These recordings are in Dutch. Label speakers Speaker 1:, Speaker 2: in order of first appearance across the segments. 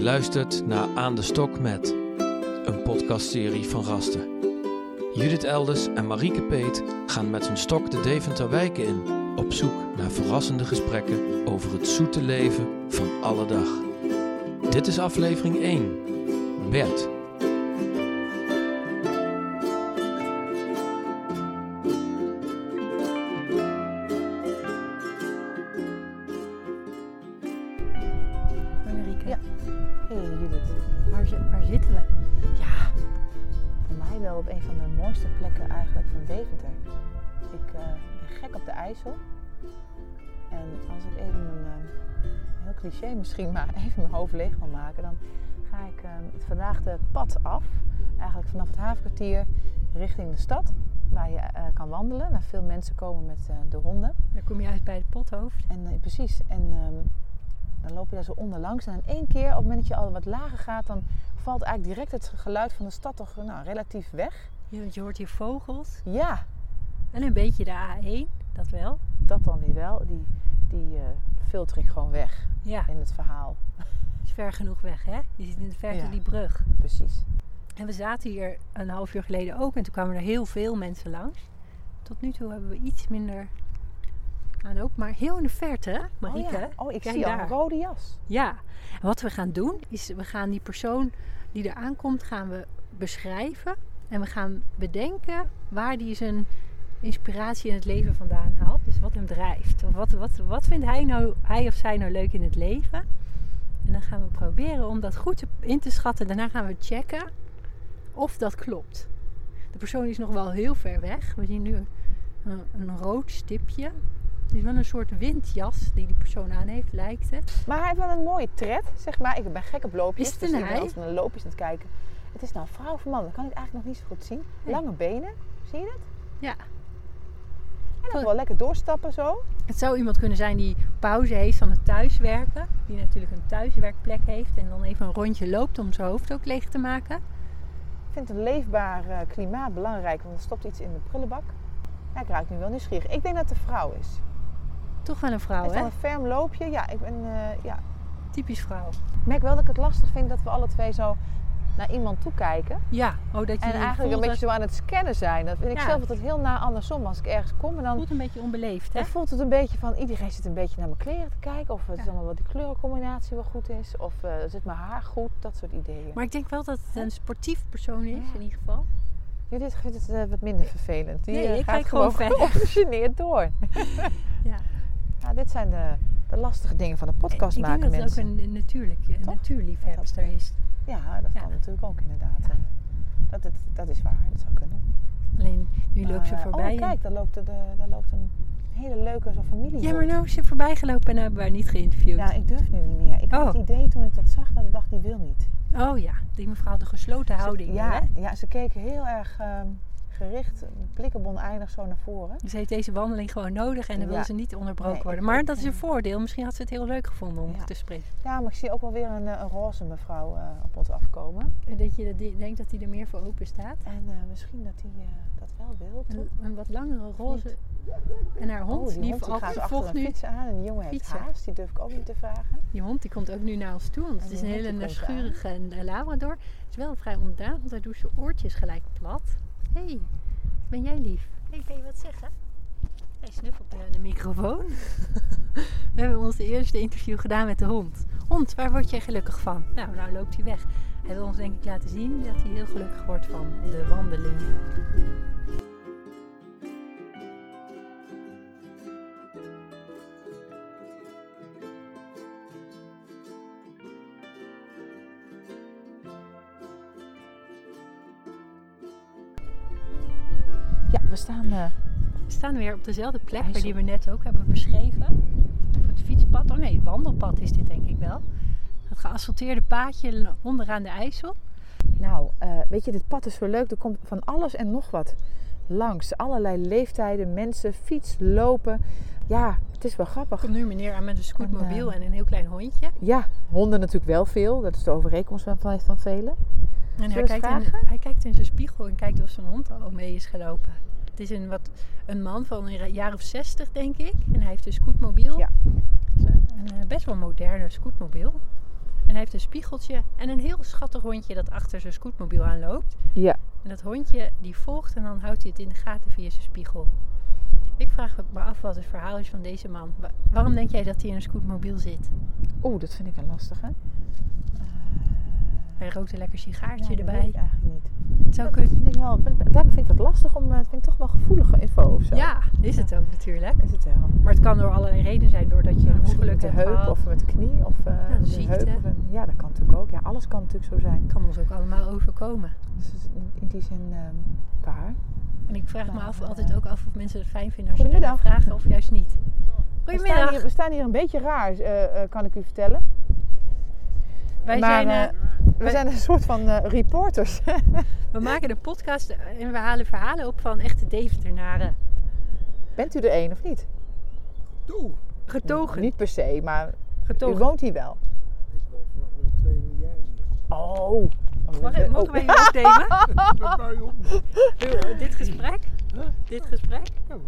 Speaker 1: luistert naar Aan de Stok met, een podcastserie van gasten. Judith Elders en Marieke Peet gaan met hun stok de Deventer wijken in, op zoek naar verrassende gesprekken over het zoete leven van alle dag. Dit is aflevering 1. Bert.
Speaker 2: Marieke,
Speaker 3: Ja. Hey Judith,
Speaker 2: waar, zi- waar zitten we?
Speaker 3: ja, voor mij wel op een van de mooiste plekken eigenlijk van Deventer. Ik eh, ben gek op de IJssel. En als ik even een eh, heel cliché misschien, maar even mijn hoofd leeg wil maken, dan ga ik eh, het vandaag de pad af. Eigenlijk vanaf het havenkwartier richting de stad, waar je eh, kan wandelen, waar veel mensen komen met eh, de honden.
Speaker 2: Dan kom je uit bij het pothoofd.
Speaker 3: En eh, precies, en ehm, dan loop je daar zo onderlangs. En in één keer, op het moment dat je al wat lager gaat, dan valt eigenlijk direct het geluid van de stad toch nou, relatief weg.
Speaker 2: Ja, want je hoort hier vogels.
Speaker 3: Ja,
Speaker 2: En een beetje de A1, dat wel.
Speaker 3: dat dan weer wel. Die, die eh, filter ik gewoon weg
Speaker 2: Ja,
Speaker 3: in het verhaal.
Speaker 2: is ver genoeg weg, hè? Je ziet in de verte
Speaker 3: Ja.
Speaker 2: die brug.
Speaker 3: Precies.
Speaker 2: En we zaten hier een half uur geleden ook en toen kwamen er heel veel mensen langs. Tot nu toe hebben we iets minder aan ook, maar heel in de verte, hè, Marieke.
Speaker 3: oh, ja. oh, ik
Speaker 2: Kijk
Speaker 3: zie al
Speaker 2: daar.
Speaker 3: een rode jas.
Speaker 2: Ja, en wat we gaan doen is we gaan die persoon die er aankomt gaan we beschrijven en we gaan bedenken waar die zijn inspiratie in het leven vandaan haalt. Dus wat hem drijft. Of wat, wat, wat vindt hij, nou, hij of zij nou leuk in het leven? En dan gaan we proberen om dat goed te- in te schatten. Daarna gaan we checken of dat klopt. De persoon is nog wel heel ver weg. We zien nu een, een rood stipje. Het is wel een soort windjas die die persoon aan heeft, lijkt het.
Speaker 3: Maar hij heeft wel een mooie tred, zeg maar. Ik ben gek op loopjes.
Speaker 2: Is het
Speaker 3: dus
Speaker 2: een
Speaker 3: ik ben
Speaker 2: hij?
Speaker 3: altijd naar loopjes aan het kijken. Het is nou vrouw of man, dat kan ik eigenlijk nog niet zo goed zien.
Speaker 2: Nee.
Speaker 3: Lange benen, zie je dat?
Speaker 2: Ja.
Speaker 3: En dan wel lekker doorstappen zo.
Speaker 2: Het zou iemand kunnen zijn die pauze heeft van het thuiswerken. Die natuurlijk een thuiswerkplek heeft en dan even een rondje loopt om zijn hoofd ook leeg te maken.
Speaker 3: Ik vind een leefbaar eh, klimaat belangrijk, want er stopt iets in de prullenbak. Ja, ik raak nu wel nieuwsgierig. Ik denk dat het een vrouw is.
Speaker 2: Toch wel een vrouw,
Speaker 3: Heeft
Speaker 2: Oh, hè?
Speaker 3: al een ferm loopje. Ja, ik ben, eh, ja.
Speaker 2: Typisch vrouw.
Speaker 3: Ik merk wel dat ik het lastig vind dat we alle twee zo naar iemand toe kijken.
Speaker 2: Ja, oh, dat je
Speaker 3: En eigenlijk een beetje
Speaker 2: het
Speaker 3: zo aan het scannen zijn. Dat vind ik
Speaker 2: Ja.
Speaker 3: zelf altijd heel na andersom. Als ik ergens kom en dan,
Speaker 2: voelt een beetje onbeleefd, hè?
Speaker 3: dan voelt het een beetje van iedereen zit een beetje naar mijn kleren te kijken. Of het
Speaker 2: Ja.
Speaker 3: is allemaal wat die kleurencombinatie wel goed is. Of eh, zit mijn haar goed. Dat soort ideeën.
Speaker 2: Maar ik denk wel dat het een sportief persoon is,
Speaker 3: Ja.
Speaker 2: in ieder geval.
Speaker 3: Judith vindt het eh, wat minder vervelend. Die
Speaker 2: Nee,
Speaker 3: eh,
Speaker 2: ik
Speaker 3: gaat
Speaker 2: kijk gewoon verder.
Speaker 3: gegeneerd door.
Speaker 2: Ja.
Speaker 3: Nou, dit zijn de, de lastige dingen van de podcast
Speaker 2: ik denk
Speaker 3: maken
Speaker 2: dat het ook
Speaker 3: mensen.
Speaker 2: een, een natuurlijk, een
Speaker 3: Toch?
Speaker 2: natuurliefhebster is.
Speaker 3: Ja, dat
Speaker 2: Ja.
Speaker 3: kan natuurlijk ook inderdaad. eh.
Speaker 2: Ja.
Speaker 3: Dat, dat, dat is waar, dat zou kunnen.
Speaker 2: Alleen nu
Speaker 3: Maar,
Speaker 2: loopt ze
Speaker 3: eh,
Speaker 2: voorbij. en-
Speaker 3: Oh, kijk, daar loopt, de, de- daar loopt een hele leuke zo'n familie.
Speaker 2: Ja, maar nou is ze voorbij gelopen en hebben we haar niet geïnterviewd.
Speaker 3: Ja, ik durf nu niet meer. Ik
Speaker 2: Oh.
Speaker 3: had het idee toen ik dat zag dat ik dacht, die wil niet. Ze-
Speaker 2: Oh ja, die mevrouw had een gesloten houding.
Speaker 3: ja,
Speaker 2: hè?
Speaker 3: ja, ze keek heel erg ehm, gericht, blikkenbon oneindig zo naar voren.
Speaker 2: Ze Dus heeft deze wandeling gewoon nodig en dan wil
Speaker 3: Ja.
Speaker 2: ze niet onderbroken
Speaker 3: Nee,
Speaker 2: worden.
Speaker 3: ik-
Speaker 2: Maar
Speaker 3: ik,
Speaker 2: dat is
Speaker 3: eh,
Speaker 2: een voordeel. Misschien had ze het heel leuk gevonden om
Speaker 3: Ja.
Speaker 2: te spreken.
Speaker 3: Ja, maar ik zie ook wel weer een, eh, een roze mevrouw eh, op ons afkomen.
Speaker 2: En dat je dat- die- denkt dat hij er meer voor open staat.
Speaker 3: En eh, misschien dat die eh, dat wel wil, toch?
Speaker 2: Een, een wat langere roze. En haar hond,
Speaker 3: Oh, die,
Speaker 2: die,
Speaker 3: hond die
Speaker 2: valt-
Speaker 3: gaat achter
Speaker 2: volgt
Speaker 3: een
Speaker 2: nu.
Speaker 3: fiets aan en die jongen heeft
Speaker 2: fietsen.
Speaker 3: haast. Die durf ik ook niet te vragen.
Speaker 2: Die hond die komt ook nu naar ons toe. Want het
Speaker 3: die
Speaker 2: is een
Speaker 3: hond
Speaker 2: hele
Speaker 3: die komt
Speaker 2: naschurige en eh, Labrador. Het is wel vrij ontdaan, want hij doet zijn oortjes gelijk plat. Hé, hey, ben jij lief? Hé, hey, kan je wat zeggen? Hij snuffelt nu aan de microfoon. We hebben ons eerste interview gedaan met de hond. Hond, waar word jij gelukkig van? Nou, nou loopt hij weg. Hij wil ons denk ik laten zien dat hij heel gelukkig wordt van de wandeling.
Speaker 3: Ja, we staan... eh,
Speaker 2: We staan weer op dezelfde plek
Speaker 3: IJssel.
Speaker 2: die we net ook hebben beschreven. Op het fietspad. Oh nee, wandelpad is dit denk ik wel. Het geasfalteerde paadje onderaan de IJssel.
Speaker 3: Nou, eh, weet je, dit pad is zo leuk. Er komt van alles en nog wat langs. Allerlei leeftijden, mensen, fiets, lopen. Ja, het is wel grappig.
Speaker 2: Komt nu een meneer aan met een scootmobiel
Speaker 3: En, eh,
Speaker 2: en een heel klein hondje.
Speaker 3: Ja, honden natuurlijk wel veel. Dat is de overeenkomst van, van velen.
Speaker 2: En hij
Speaker 3: we eens
Speaker 2: kijkt, in,
Speaker 3: vragen?
Speaker 2: hij kijkt in zijn spiegel en kijkt of zijn hond al mee is gelopen. Het is een, wat, een man van een jaar of zestig, denk ik. En hij heeft een scootmobiel.
Speaker 3: Ja.
Speaker 2: Zo, Een eh, best wel moderne scootmobiel. En hij heeft een spiegeltje en een heel schattig hondje dat achter zijn scootmobiel aanloopt.
Speaker 3: Ja.
Speaker 2: En dat hondje die volgt en dan houdt hij het in de gaten via zijn spiegel. Ik vraag me af wat het verhaal is van deze man. Wa- Waarom denk jij dat hij in een scootmobiel zit?
Speaker 3: Oeh, dat vind ik een lastige. Eh,
Speaker 2: Hij rookt een lekker
Speaker 3: Had
Speaker 2: sigaartje
Speaker 3: je
Speaker 2: erbij.
Speaker 3: eigenlijk niet.
Speaker 2: Het zou
Speaker 3: Dat
Speaker 2: kunnen.
Speaker 3: vind ik wel, daarom vind ik dat lastig om, eh, vind ik toch wel gevoelige info of zo.
Speaker 2: Ja, is het ook natuurlijk.
Speaker 3: Is het wel.
Speaker 2: Maar het kan door allerlei redenen zijn. Doordat je
Speaker 3: Ja,
Speaker 2: een
Speaker 3: misschien
Speaker 2: ongeluk
Speaker 3: met de
Speaker 2: hebt
Speaker 3: heup
Speaker 2: gehad.
Speaker 3: of met de knie of eh,
Speaker 2: Ja, een
Speaker 3: de
Speaker 2: ziekte.
Speaker 3: heup. Of een, ja, dat kan natuurlijk ook. Ja, alles kan natuurlijk zo zijn.
Speaker 2: kan ons ook allemaal overkomen.
Speaker 3: Dus het is in, in die zin ehm, waar.
Speaker 2: En ik vraag me
Speaker 3: Maar,
Speaker 2: af,
Speaker 3: eh,
Speaker 2: altijd ook af of mensen het fijn vinden als je ernaar
Speaker 3: Goedemiddag.
Speaker 2: vragen of juist niet.
Speaker 3: We staan,
Speaker 2: Goedemiddag.
Speaker 3: hier, we staan hier een beetje raar, eh, eh, kan ik u vertellen.
Speaker 2: Wij
Speaker 3: maar,
Speaker 2: zijn,
Speaker 3: eh,
Speaker 2: eh,
Speaker 3: We
Speaker 2: wij-
Speaker 3: zijn een soort van eh, reporters.
Speaker 2: we
Speaker 3: eh,
Speaker 2: maken een podcast en we halen verhalen op van echte Deventeraren.
Speaker 3: Bent u er een of niet?
Speaker 4: Doe!
Speaker 2: Getogen.
Speaker 3: Niet per se, maar u
Speaker 2: getogen.
Speaker 3: woont hier wel.
Speaker 4: Ik ben vanaf mijn tweede jaar hier.
Speaker 3: Oh.
Speaker 2: Mag, mogen wij je opnemen?
Speaker 4: Dat bij op.
Speaker 2: Eh, Dit gesprek?
Speaker 4: Huh?
Speaker 2: Dit gesprek?
Speaker 4: Jawel.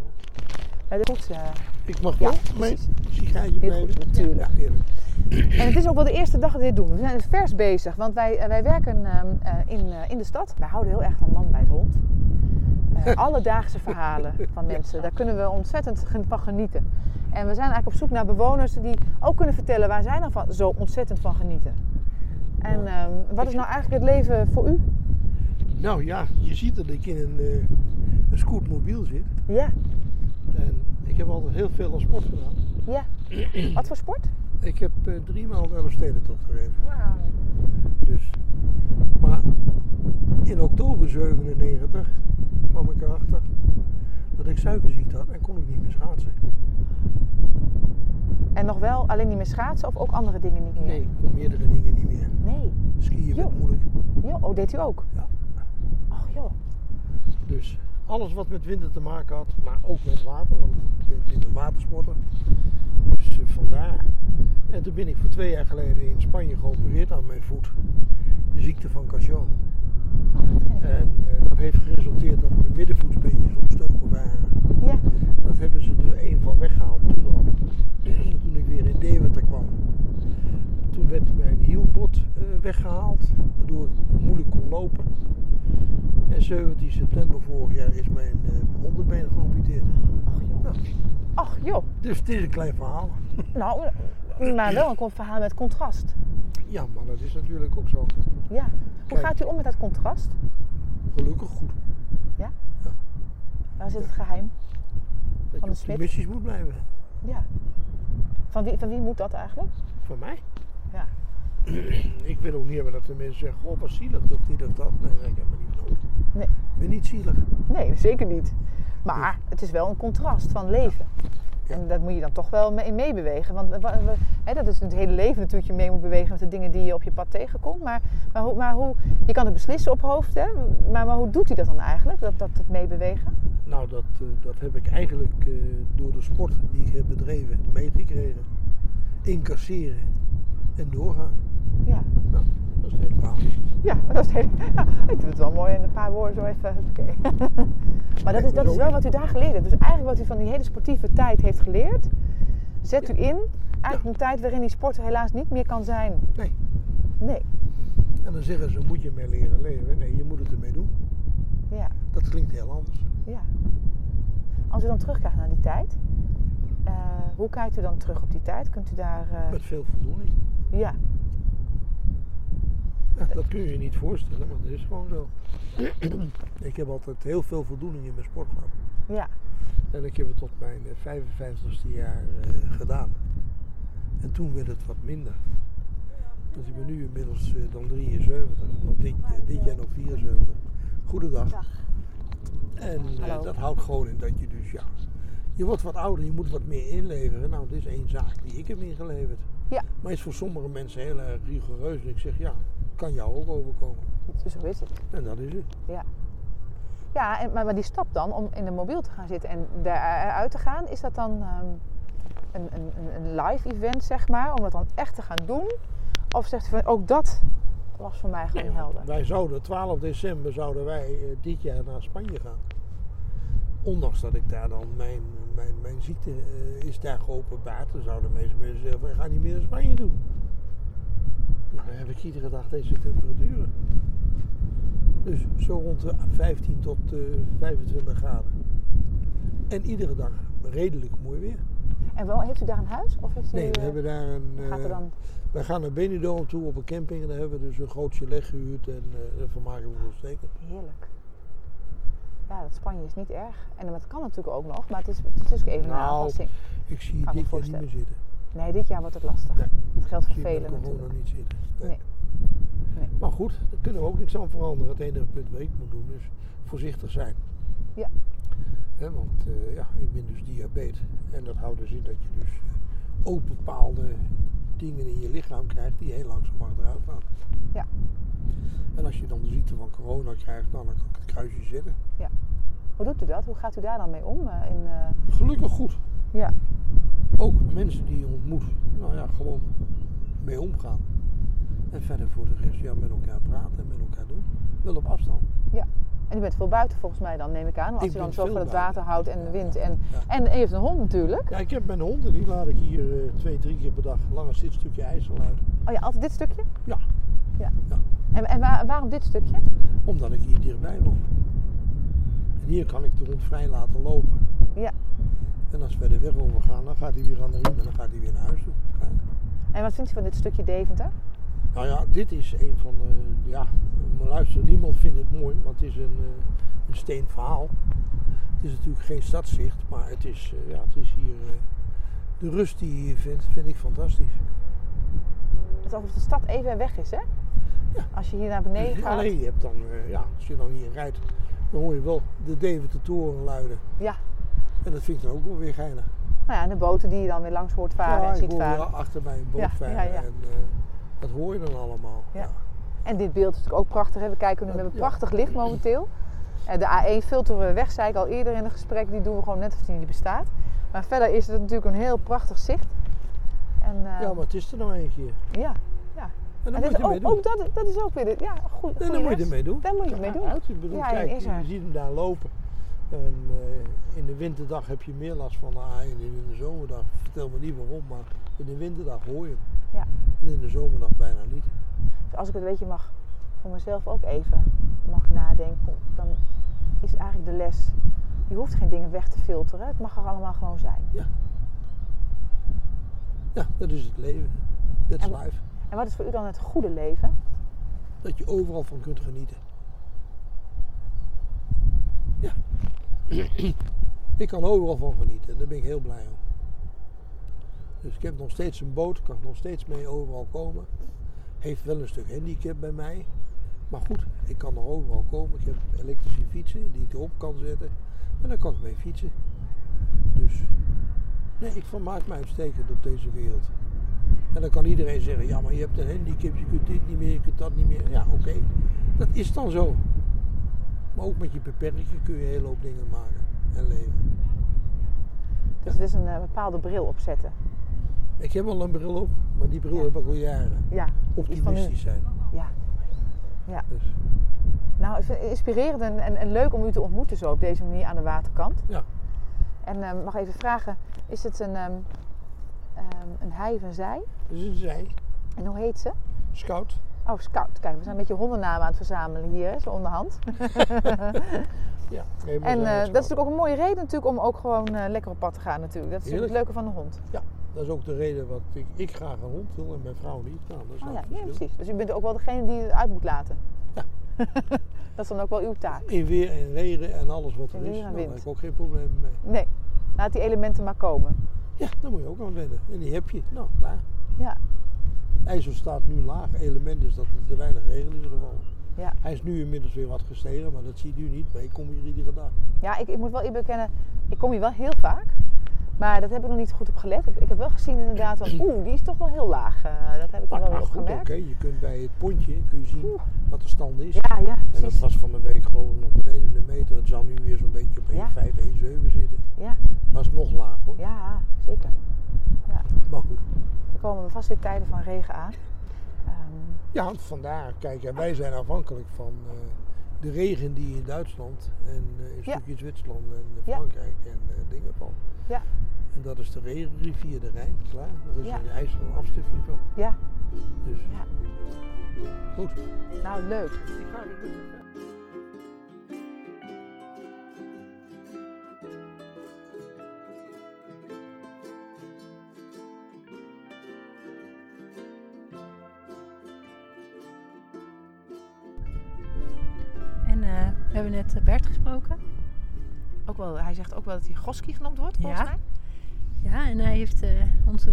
Speaker 3: Ja, dat is goed, eh,
Speaker 4: Ik mag
Speaker 3: Ja,
Speaker 4: wel mijn
Speaker 3: precies.
Speaker 4: sigaartje
Speaker 3: Heel goed,
Speaker 4: blijven.
Speaker 3: natuurlijk.
Speaker 4: Ja, eerlijk.
Speaker 3: En het is ook wel de eerste dag dat we dit doen. We zijn dus vers bezig, want wij, eh, wij werken ehm, eh, in, eh, in de stad. Wij houden heel erg van man bij het hond. Eh, alledaagse verhalen van mensen, daar kunnen we ontzettend gen- van genieten. En we zijn eigenlijk op zoek naar bewoners die ook kunnen vertellen waar zij dan van, zo ontzettend van genieten. En ehm, wat is nou eigenlijk het leven voor u?
Speaker 4: Nou ja, je ziet dat ik in een, eh, een scootmobiel zit.
Speaker 3: Ja,
Speaker 4: En ik heb altijd heel veel aan sport gedaan.
Speaker 3: ja. Wat voor sport?
Speaker 4: Ik heb eh, drie maal de Elfstedentocht gereden.
Speaker 3: Wauw.
Speaker 4: Dus. Maar in oktober 97 kwam ik erachter dat ik suikerziekte had en kon ik niet meer schaatsen.
Speaker 3: En nog wel alleen niet meer schaatsen of ook andere dingen niet meer?
Speaker 4: Nee, ik kon meerdere dingen niet meer.
Speaker 3: Nee.
Speaker 4: Skiën werd
Speaker 3: Joh.
Speaker 4: moeilijk.
Speaker 3: Jo, oh, deed u ook?
Speaker 4: Ja.
Speaker 3: Oh joh.
Speaker 4: Dus alles wat met winter te maken had, maar ook met water, want ik ben een watersporter. Dus eh, vandaar. En toen ben ik voor twee jaar geleden in Spanje geopereerd aan mijn voet. De ziekte van Cachot.
Speaker 3: Dat ken ik niet.
Speaker 4: En eh, dat heeft geresulteerd dat mijn middenvoetsbeentjes ontstoken waren.
Speaker 3: Ja.
Speaker 4: Dat hebben ze er één van weggehaald toen al. toen ik weer in Deventer kwam. Toen werd mijn hielbot eh, weggehaald, waardoor ik moeilijk kon lopen. En 17 september vorig jaar is mijn eh onderbeen geamputeerd.
Speaker 3: Ach joh.
Speaker 4: Nou,
Speaker 3: Ach joh.
Speaker 4: dus het is een klein verhaal.
Speaker 3: Nou, maar wel een verhaal met contrast.
Speaker 4: Ja, maar dat is natuurlijk ook zo.
Speaker 3: Ja. Hoe
Speaker 4: Kijk.
Speaker 3: gaat u om met dat contrast?
Speaker 4: Gelukkig goed
Speaker 3: Waar zit het geheim? Van
Speaker 4: dat je
Speaker 3: de
Speaker 4: op
Speaker 3: split?
Speaker 4: de missies moet blijven.
Speaker 3: Ja. Van wie, van wie moet dat eigenlijk?
Speaker 4: Voor mij?
Speaker 3: Ja.
Speaker 4: ik wil ook niet hebben dat de mensen zeggen, oh wat zielig dat die dat dat. Nee, ik heb me niet nodig.
Speaker 3: Nee.
Speaker 4: Ik ben niet zielig.
Speaker 3: Nee, zeker niet. Maar het is wel een contrast van leven.
Speaker 4: Ja.
Speaker 3: En dat moet je dan toch wel mee- in meebewegen. Want we- we- we- hè, dat is het hele leven natuurlijk, je mee moet bewegen met de dingen die je op je pad tegenkomt. Maar, maar, hoe, maar hoe, je kan het beslissen op hoofd, hè? Maar, maar hoe doet hij dat dan eigenlijk, dat, dat het meebewegen?
Speaker 4: Nou, dat, eh, dat heb ik eigenlijk eh, door de sport die ik heb bedreven meegekregen. Incasseren en doorgaan.
Speaker 3: Ja.
Speaker 4: Nou, dat is het helemaal.
Speaker 3: Ja, dat is heel... ik doe het wel mooi in een paar woorden zo even. Oké. maar dat is, dat is wel wat u daar geleerd hebt. Dus eigenlijk wat u van die hele sportieve tijd heeft geleerd, zet u in. Eigenlijk een tijd waarin die sport er helaas niet meer kan zijn.
Speaker 4: Nee.
Speaker 3: Nee.
Speaker 4: En dan zeggen ze, moet je mee leren leven? Nee, je moet het ermee doen.
Speaker 3: Ja.
Speaker 4: Dat klinkt heel anders.
Speaker 3: Ja. Als u dan terugkijkt naar die tijd, eh, hoe kijkt u dan terug op die tijd? Kunt u daar. eh,
Speaker 4: Met veel voldoening.
Speaker 3: ja.
Speaker 4: Ja, dat kun je je niet voorstellen, maar dat is gewoon zo. ik heb altijd heel veel voldoening in mijn sport gehad.
Speaker 3: Ja.
Speaker 4: En ik heb het tot mijn eh, 55ste jaar eh, gedaan. En toen werd het wat minder. Dus ik ben nu inmiddels eh, dan 73, want dit, eh, dit jaar nog 74. Goedendag. En eh,
Speaker 3: Hallo.
Speaker 4: dat houdt gewoon in dat je dus ja, je wordt wat ouder, je moet wat meer inleveren. Nou, dit is één zaak die ik heb ingeleverd.
Speaker 3: Ja.
Speaker 4: Maar is voor sommige mensen heel erg rigoureus. En ik zeg ja, kan jou ook overkomen.
Speaker 3: Zo is het.
Speaker 4: En dat is het.
Speaker 3: Ja, en, maar, maar die stap dan om in de mobiel te gaan zitten en daaruit te gaan, is dat dan ehm, een, een, een- een live event, zeg maar, om dat dan echt te gaan doen? Of zegt u van ook dat was voor mij gewoon
Speaker 4: Nee, want
Speaker 3: helder?
Speaker 4: Wij zouden 12 december zouden wij eh, dit jaar naar Spanje gaan. Ondanks dat ik daar dan mijn, mijn, mijn ziekte eh, is daar geopenbaard. Dan zouden de meeste mensen zeggen, van, ik ga niet meer naar Spanje doen. Nou, dan heb ik iedere dag deze temperaturen. Dus zo rond de 15 tot eh, 25 graden. En iedere dag redelijk mooi weer.
Speaker 3: En wel, heeft u daar een huis? Of heeft u,
Speaker 4: Nee, we
Speaker 3: eh,
Speaker 4: hebben daar een.
Speaker 3: Gaat er
Speaker 4: eh,
Speaker 3: dan...
Speaker 4: Wij gaan naar Benidorm toe op een camping en daar hebben we dus een groot chalet gehuurd en eh daarvan maken we ons zeker.
Speaker 3: Heerlijk. Ja, dat Spanje is niet erg. En dat kan natuurlijk ook nog, maar het is, het is ook even een
Speaker 4: Nou.
Speaker 3: aanpassing.
Speaker 4: Ik zie
Speaker 3: Kan me
Speaker 4: dit jaar niet
Speaker 3: voorstellen.
Speaker 4: meer zitten.
Speaker 3: Nee, dit jaar wordt het lastig.
Speaker 4: Nee.
Speaker 3: Het geldt
Speaker 4: Ik
Speaker 3: voor
Speaker 4: zie het
Speaker 3: velen
Speaker 4: met corona
Speaker 3: natuurlijk.
Speaker 4: niet zitten.
Speaker 3: Nee. Nee.
Speaker 4: Maar goed, daar kunnen we ook niks aan veranderen. Het enige punt wat ik moet doen is voorzichtig zijn.
Speaker 3: Ja.
Speaker 4: Hè, want eh, ja, ik ben dus diabetes. En dat houdt dus in dat je dus eh, ook bepaalde dingen in je lichaam krijgt die heel langzaam achteruit gaan.
Speaker 3: Ja.
Speaker 4: En als je dan de ziekte van corona krijgt, nou, dan kan ik het kruisje zetten.
Speaker 3: Hoe doet u dat? Hoe gaat u daar dan mee om? eh, In, eh,
Speaker 4: Gelukkig goed.
Speaker 3: Ja.
Speaker 4: Ook mensen die je ontmoet, nou ja, gewoon mee omgaan. En verder voor de rest, ja, met elkaar praten en met elkaar doen. Wel op afstand.
Speaker 3: En u bent veel buiten volgens mij dan, neem ik aan. Want als
Speaker 4: Ik
Speaker 3: u dan
Speaker 4: ben
Speaker 3: zo
Speaker 4: veel
Speaker 3: van het
Speaker 4: buiten.
Speaker 3: water houdt en de
Speaker 4: Ja,
Speaker 3: wind.
Speaker 4: ja,
Speaker 3: En,
Speaker 4: ja.
Speaker 3: en u heeft een hond natuurlijk.
Speaker 4: Ja, ik heb mijn honden, die laat ik hier eh, twee, drie keer per dag lange zitstukje ijsel uit.
Speaker 3: Oh ja, altijd dit stukje?
Speaker 4: Ja.
Speaker 3: ja.
Speaker 4: Ja.
Speaker 3: En, en waar- waarom dit stukje?
Speaker 4: Omdat ik hier dichtbij woon. En hier kan ik de hond vrij laten lopen.
Speaker 3: Ja.
Speaker 4: En als we de weg overgaan, dan gaat hij weer aan de riem en dan gaat hij weer naar huis toe. Ja.
Speaker 3: En wat vindt u van dit stukje Deventer?
Speaker 4: Nou ja, dit is een van de. Ja, maar luister, niemand vindt het mooi, want het is een, eh, een steen verhaal. Het is natuurlijk geen stadszicht, maar het is, eh, ja, het is hier. eh, de rust die je hier vindt, vind ik fantastisch.
Speaker 3: Het is alsof de stad even weg is, hè?
Speaker 4: Ja.
Speaker 3: Als je hier naar beneden gaat.
Speaker 4: Dus Alleen je hebt dan, eh, ja, als je dan hier rijdt, dan hoor je wel de Deventer Toren luiden.
Speaker 3: Ja.
Speaker 4: En dat vind ik dan ook wel weer geinig.
Speaker 3: Nou ja, en de boten die je dan weer langs hoort varen
Speaker 4: ja,
Speaker 3: en
Speaker 4: ik
Speaker 3: ziet
Speaker 4: hoor
Speaker 3: varen.
Speaker 4: wel achter mij een boot
Speaker 3: Ja,
Speaker 4: varen
Speaker 3: ja, ja.
Speaker 4: en eh, dat hoor je dan allemaal.
Speaker 3: Ja. En dit beeld is natuurlijk ook prachtig. Hè? We kijken nu, we
Speaker 4: Ja.
Speaker 3: hebben prachtig licht momenteel. Eh, De A1 filteren we weg, zei ik al eerder in het gesprek. Die doen we gewoon net of die niet bestaat. Maar verder is het natuurlijk een heel prachtig zicht. En, eh,
Speaker 4: Ja, maar het is er nou een keer.
Speaker 3: ja.
Speaker 4: En dan
Speaker 3: En
Speaker 4: moet je
Speaker 3: dat-
Speaker 4: ermee
Speaker 3: ook,
Speaker 4: doen.
Speaker 3: ook dat, dat is ook weer... dit- Ja, goed.
Speaker 4: En dan moet je ermee doen.
Speaker 3: Daar moet je het mee doen.
Speaker 4: Uit, ik bedoel,
Speaker 3: Ja,
Speaker 4: kijk,
Speaker 3: en is
Speaker 4: je
Speaker 3: er.
Speaker 4: ziet hem daar lopen. En eh, in de winterdag heb je meer last van de haaien dan in de zomerdag. Vertel me niet waarom, maar in de winterdag hoor je hem.
Speaker 3: Ja.
Speaker 4: En in de zomerdag bijna niet.
Speaker 3: Dus als ik het een beetje mag, voor mezelf ook even mag nadenken, dan is eigenlijk de les. Je hoeft geen dingen weg te filteren. Het mag er allemaal gewoon zijn.
Speaker 4: Ja, dat is het leven. That's
Speaker 3: En-
Speaker 4: life.
Speaker 3: En wat is voor u dan het goede leven?
Speaker 4: Dat je overal van kunt genieten. Ja. ik kan overal van genieten en daar ben ik heel blij om. Dus ik heb nog steeds een boot, kan nog steeds mee overal komen. Heeft wel een stuk handicap bij mij. Maar goed, ik kan er overal komen. Ik heb elektrische fietsen die ik erop kan zetten. En dan kan ik mee fietsen. Dus nee, ik vermaak mij uitstekend op deze wereld. En dan kan iedereen zeggen, ja maar je hebt een handicap, je kunt dit niet meer, je kunt dat niet meer. Ja, oké, dat is dan zo. Maar ook met je beperkingen kun je een hele hoop dingen maken en leven.
Speaker 3: Dus het is een eh, bepaalde bril opzetten.
Speaker 4: Ik heb al een bril op, maar die bril
Speaker 3: Ja.
Speaker 4: heb ik al jaren.
Speaker 3: Ja.
Speaker 4: Optimistisch zijn.
Speaker 3: Ja. Ja.
Speaker 4: Dus,
Speaker 3: Nou, ik vind het inspirerend en, en, en leuk om u te ontmoeten zo op deze manier aan de waterkant.
Speaker 4: Ja.
Speaker 3: En eh, mag even vragen, is het een, ehm ehm, een hij of een zij?
Speaker 4: dus een zij,
Speaker 3: En hoe heet ze?
Speaker 4: scout.
Speaker 3: Oh, Scout. Kijk, we zijn een beetje hondennamen aan het verzamelen hier, hè, zo onderhand.
Speaker 4: Ja, nee, maar
Speaker 3: En
Speaker 4: zij
Speaker 3: eh,
Speaker 4: scout.
Speaker 3: dat is natuurlijk ook een mooie reden natuurlijk om ook gewoon eh, lekker op pad te gaan natuurlijk. Dat is natuurlijk het leuke van de hond.
Speaker 4: dat is ook de reden wat ik, ik graag een hond wil en mijn vrouw niet. Nou, dat is
Speaker 3: Oh,
Speaker 4: nou
Speaker 3: ja,
Speaker 4: het
Speaker 3: ja,
Speaker 4: verschil.
Speaker 3: precies. Dus u bent ook wel degene die het uit moet laten.
Speaker 4: Ja.
Speaker 3: dat is dan ook wel uw taak.
Speaker 4: In weer en regen en alles wat
Speaker 3: In
Speaker 4: er
Speaker 3: weer
Speaker 4: is,
Speaker 3: en
Speaker 4: nou, daar
Speaker 3: wind.
Speaker 4: heb ik ook geen probleem mee.
Speaker 3: Nee, laat die elementen maar komen.
Speaker 4: Ja, daar moet je ook aan wennen. En die heb je. Nou, klaar.
Speaker 3: Ja.
Speaker 4: IJssel staat nu laag. Element is dat er te weinig regen is gevallen.
Speaker 3: Ja.
Speaker 4: Hij is nu inmiddels weer wat gestegen, maar dat zie je nu niet. Maar ik kom hier iedere dag.
Speaker 3: Ja, ik, ik moet wel eerlijk bekennen, ik kom hier wel heel vaak. Maar dat heb ik nog niet goed op gelet. Ik, ik heb wel gezien inderdaad, van, oeh, die is toch wel heel laag. Eh, dat heb ik toch wel
Speaker 4: Nou,
Speaker 3: eens
Speaker 4: goed, oké.
Speaker 3: gemerkt.
Speaker 4: Je kunt bij het pontje kun je zien
Speaker 3: Oeh.
Speaker 4: wat de stand is.
Speaker 3: Ja, ja,
Speaker 4: en dat
Speaker 3: precies.
Speaker 4: was van de week geloof ik nog beneden de meter. Het zal nu weer zo'n beetje op 1,5,
Speaker 3: Ja.
Speaker 4: 1,7 zitten.
Speaker 3: Ja.
Speaker 4: Maar het is nog laag hoor.
Speaker 3: Ja, zeker.
Speaker 4: Maar goed.
Speaker 3: Er komen vast weer tijden van regen aan. Ehm,
Speaker 4: Ja, want vandaar. Kijk, en wij zijn afhankelijk van eh, de regen die in Duitsland en eh, een
Speaker 3: Ja.
Speaker 4: stukje Zwitserland en eh,
Speaker 3: Ja.
Speaker 4: Frankrijk en eh, dingen van.
Speaker 3: Ja.
Speaker 4: En dat is de regenrivier de Rijn, klaar. Er is
Speaker 3: Ja.
Speaker 4: in IJsland een afstukje van.
Speaker 3: Ja.
Speaker 4: Dus
Speaker 3: Ja.
Speaker 4: goed.
Speaker 3: Nou, leuk.
Speaker 4: Ik ga weer rustig verder.
Speaker 2: En eh, we hebben net Bert gesproken.
Speaker 3: Ook wel, hij zegt ook wel dat hij Goski genoemd wordt, volgens
Speaker 2: Ja.
Speaker 3: mij.
Speaker 2: Ja, en hij heeft eh, ons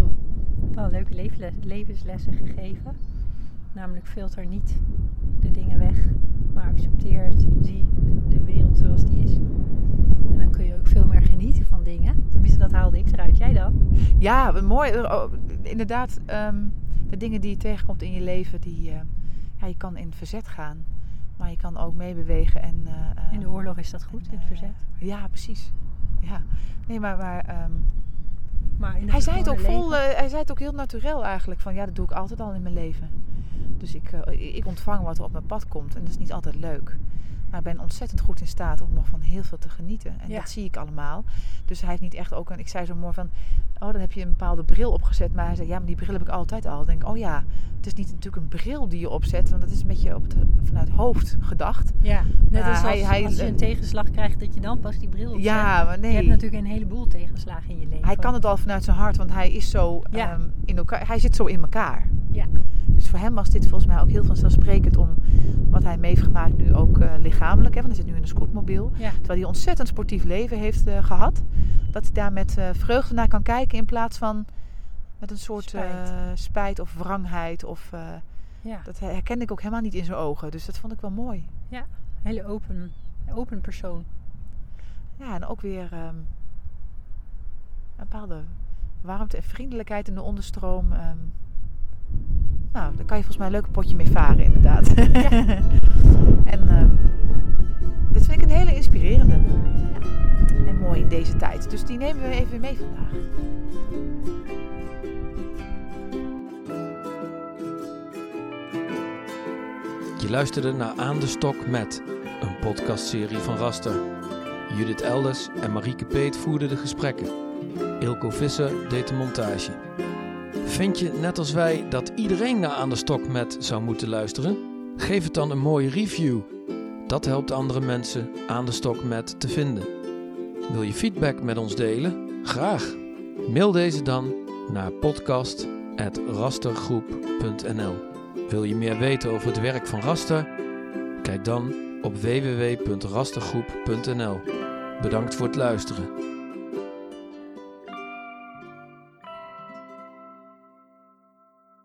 Speaker 2: wel leuke leefles- levenslessen gegeven. Namelijk filter niet de dingen weg, maar accepteert, zie de wereld zoals die is. En dan kun je ook veel meer genieten van dingen. Tenminste, dat haalde ik eruit. Jij dan?
Speaker 3: Ja, wat mooi. Oh, Inderdaad, ehm, de dingen die je tegenkomt in je leven, die, eh, ja, je kan in verzet gaan. Maar je kan ook meebewegen en... eh, ehm,
Speaker 2: In de oorlog is dat goed, in het verzet.
Speaker 3: Ja, precies. Ja, nee, maar, maar ehm,
Speaker 2: Maar in
Speaker 3: hij zei het ook
Speaker 2: gewone
Speaker 3: vol,
Speaker 2: leven-
Speaker 3: eh, hij zei het ook heel natuurlijk eigenlijk. Van ja, dat doe ik altijd al in mijn leven. Dus ik, eh, ik ontvang wat er op mijn pad komt en dat is niet altijd leuk. Maar ik ben ontzettend goed in staat om nog van heel veel te genieten. En
Speaker 2: Ja.
Speaker 3: dat zie ik allemaal. Dus hij heeft niet echt ook een. Ik zei zo mooi van. Oh, dan heb je een bepaalde bril opgezet. Maar hij zei: Ja, maar die bril heb ik altijd al. Dan denk ik: Oh ja, het is niet natuurlijk een bril die je opzet. Want dat is een beetje op het, vanuit hoofd gedacht.
Speaker 2: Ja, net
Speaker 3: Ja,
Speaker 2: als,
Speaker 3: hij-
Speaker 2: als,
Speaker 3: hij-
Speaker 2: als je een tegenslag krijgt, dat je dan pas die bril opzet.
Speaker 3: Ja, maar nee.
Speaker 2: Je hebt natuurlijk een heleboel tegenslagen in je leven.
Speaker 3: Hij kan het al vanuit zijn hart, want hij is zo
Speaker 2: Ja.
Speaker 3: ehm, in elkaar. Hij zit zo in elkaar.
Speaker 2: Ja.
Speaker 3: Dus voor hem was dit volgens mij ook heel vanzelfsprekend om wat hij mee heeft gemaakt nu ook eh, lichamelijk. Hè, want hij zit nu in een scootmobiel.
Speaker 2: Ja.
Speaker 3: Terwijl hij ontzettend sportief leven heeft eh, gehad. Dat hij daar met eh, vreugde naar kan kijken in plaats van met een soort eh,
Speaker 2: Spijt.
Speaker 3: spijt of wrangheid. Of, eh,
Speaker 2: Ja,
Speaker 3: dat herkende ik ook helemaal niet in zijn ogen. Dus dat vond ik wel mooi.
Speaker 2: hele open, open persoon.
Speaker 3: Ja, en ook weer ehm, een bepaalde warmte en vriendelijkheid in de onderstroom. ehm. nou, daar kan je volgens mij een leuk potje mee varen, inderdaad. en ehm, dit vind ik een hele inspirerende. En mooi in deze tijd. Dus die nemen we even mee vandaag.
Speaker 1: Je luisterde naar Aan de Stok met, een podcastserie van Raster. Judith Elders en Marieke Peet voerden de gesprekken. Ilko Visser deed de montage. Vind je, net als wij, dat iedereen naar Aan de Stok met zou moeten luisteren? Geef het dan een mooie review. Dat helpt andere mensen Aan de Stok met te vinden. Wil je feedback met ons delen? Graag. Mail deze dan naar podcast.rastergroep.nl. Wil je meer weten over het werk van Raster? Kijk dan op www.rastergroep.nl. Bedankt voor het luisteren.